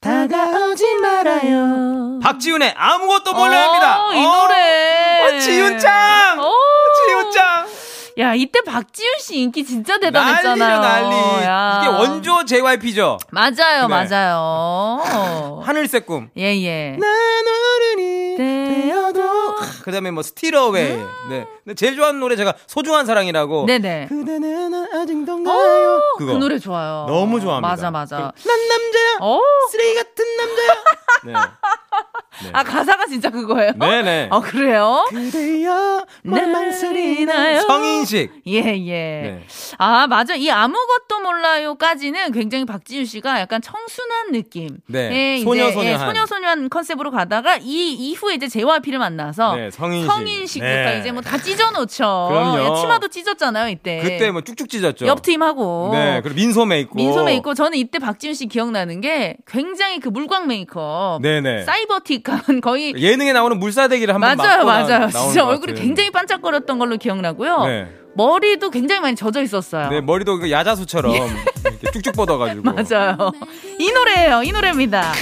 [SPEAKER 2] 다가오지 말아요.
[SPEAKER 3] 박지훈의 아무것도 몰라요입니다.
[SPEAKER 1] 어, 이 노래.
[SPEAKER 3] 어, 지훈짱.
[SPEAKER 1] 오.
[SPEAKER 3] 지훈짱.
[SPEAKER 1] 야, 이때 박지훈 씨 인기 진짜
[SPEAKER 3] 난리죠
[SPEAKER 1] 대단했잖아요.
[SPEAKER 3] 난리.
[SPEAKER 1] 야.
[SPEAKER 3] 이게 원조 JYP죠.
[SPEAKER 1] 맞아요,
[SPEAKER 3] 네.
[SPEAKER 1] 맞아요.
[SPEAKER 3] 하늘색 꿈.
[SPEAKER 1] 예, 예.
[SPEAKER 3] 난 어른이
[SPEAKER 1] 네. 되어도
[SPEAKER 3] 그다음에 뭐 스티러웨이. 네. 근데 제일 좋아하는 노래 제가 소중한 사랑이라고.
[SPEAKER 1] 네네.
[SPEAKER 2] 그대는 아직도
[SPEAKER 1] 오, 그
[SPEAKER 3] 그거.
[SPEAKER 1] 노래 좋아요.
[SPEAKER 3] 어, 너무 좋아합니다. 그
[SPEAKER 1] 맞아, 어. 맞아.
[SPEAKER 2] 난 남자야.
[SPEAKER 1] 오,
[SPEAKER 2] 쓰레기 같은 남자야.
[SPEAKER 3] 네.
[SPEAKER 1] 아 가사가 진짜 그거예요?
[SPEAKER 3] 네, 네.
[SPEAKER 1] 어 네. 그래요?
[SPEAKER 2] 그대여, 뭘 망설이나요?
[SPEAKER 3] 성인식.
[SPEAKER 1] 예, 예.
[SPEAKER 3] 네.
[SPEAKER 1] 아, 맞아. 이 아무것도 몰라요까지는 굉장히 박지윤 씨가 약간 청순한 느낌.
[SPEAKER 3] 네.
[SPEAKER 1] 이제,
[SPEAKER 3] 소녀소녀한.
[SPEAKER 1] 예, 소녀소녀한 컨셉으로 가다가 이 이후에 이제 JYP를 만나서
[SPEAKER 3] 네, 성인식.
[SPEAKER 1] 어. 성인식부터
[SPEAKER 3] 네.
[SPEAKER 1] 이제 뭐 다 찢어놓죠.
[SPEAKER 3] 그럼요.
[SPEAKER 1] 예, 치마도 찢었잖아요, 이때.
[SPEAKER 3] 그때 뭐 쭉쭉 찢었죠.
[SPEAKER 1] 옆팀하고.
[SPEAKER 3] 네, 그리고 민소매 있고.
[SPEAKER 1] 민소매 있고 저는 이때 박지윤 씨 기억나는 게 굉장히 그 물광 메이크업
[SPEAKER 3] 네네.
[SPEAKER 1] 사이버틱 그러니까 거의
[SPEAKER 3] 예능에 나오는 물사대기를 한번
[SPEAKER 1] 맞아요,
[SPEAKER 3] 맞고 나-
[SPEAKER 1] 맞아요.
[SPEAKER 3] 나오는
[SPEAKER 1] 진짜
[SPEAKER 3] 것
[SPEAKER 1] 얼굴이
[SPEAKER 3] 같은.
[SPEAKER 1] 굉장히 반짝거렸던 걸로 기억나고요.
[SPEAKER 3] 네.
[SPEAKER 1] 머리도 굉장히 많이 젖어 있었어요.
[SPEAKER 3] 네, 머리도 그 야자수처럼 이렇게 쭉쭉 뻗어가지고.
[SPEAKER 1] 예. 맞아요. 이 노래예요. 이 노래입니다.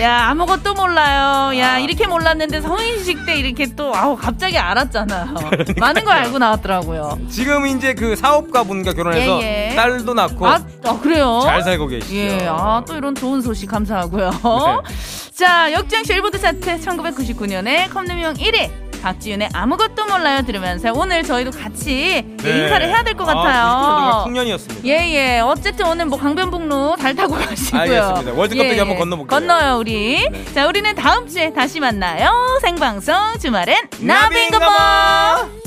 [SPEAKER 1] 야 아무것도 몰라요.
[SPEAKER 3] 아.
[SPEAKER 1] 야 이렇게 몰랐는데 성인식 때 이렇게 또 아우 갑자기 알았잖아요. 많은 걸 알고 나왔더라고요.
[SPEAKER 3] 지금 이제 그 사업가 분과 결혼해서
[SPEAKER 1] 예, 예.
[SPEAKER 3] 딸도 낳고
[SPEAKER 1] 아, 아, 그래요?
[SPEAKER 3] 잘 살고 계시죠.
[SPEAKER 1] 예, 아, 또 이런 좋은 소식 감사하고요.
[SPEAKER 3] 네.
[SPEAKER 1] 자, 역주행쇼 일보드 차트 1999년에 컵누명 1위. 박지윤의 아무것도 몰라요 들으면서 오늘 저희도 같이
[SPEAKER 3] 네.
[SPEAKER 1] 인사를 해야 될 것
[SPEAKER 3] 아, 99년 정말
[SPEAKER 1] 같아요.
[SPEAKER 3] 풍년이었습니다.
[SPEAKER 1] 예, 예. 어쨌든 오늘 뭐 강변북로 잘 타고 가시고요. 예,
[SPEAKER 3] 알겠습니다. 월드컵 때기 한번 건너볼게요. 네.
[SPEAKER 1] 건너요, 우리. 자, 우리는 다음 주에 다시 만나요. 생방송 주말엔
[SPEAKER 3] 나비인가
[SPEAKER 1] 나비인가 봐.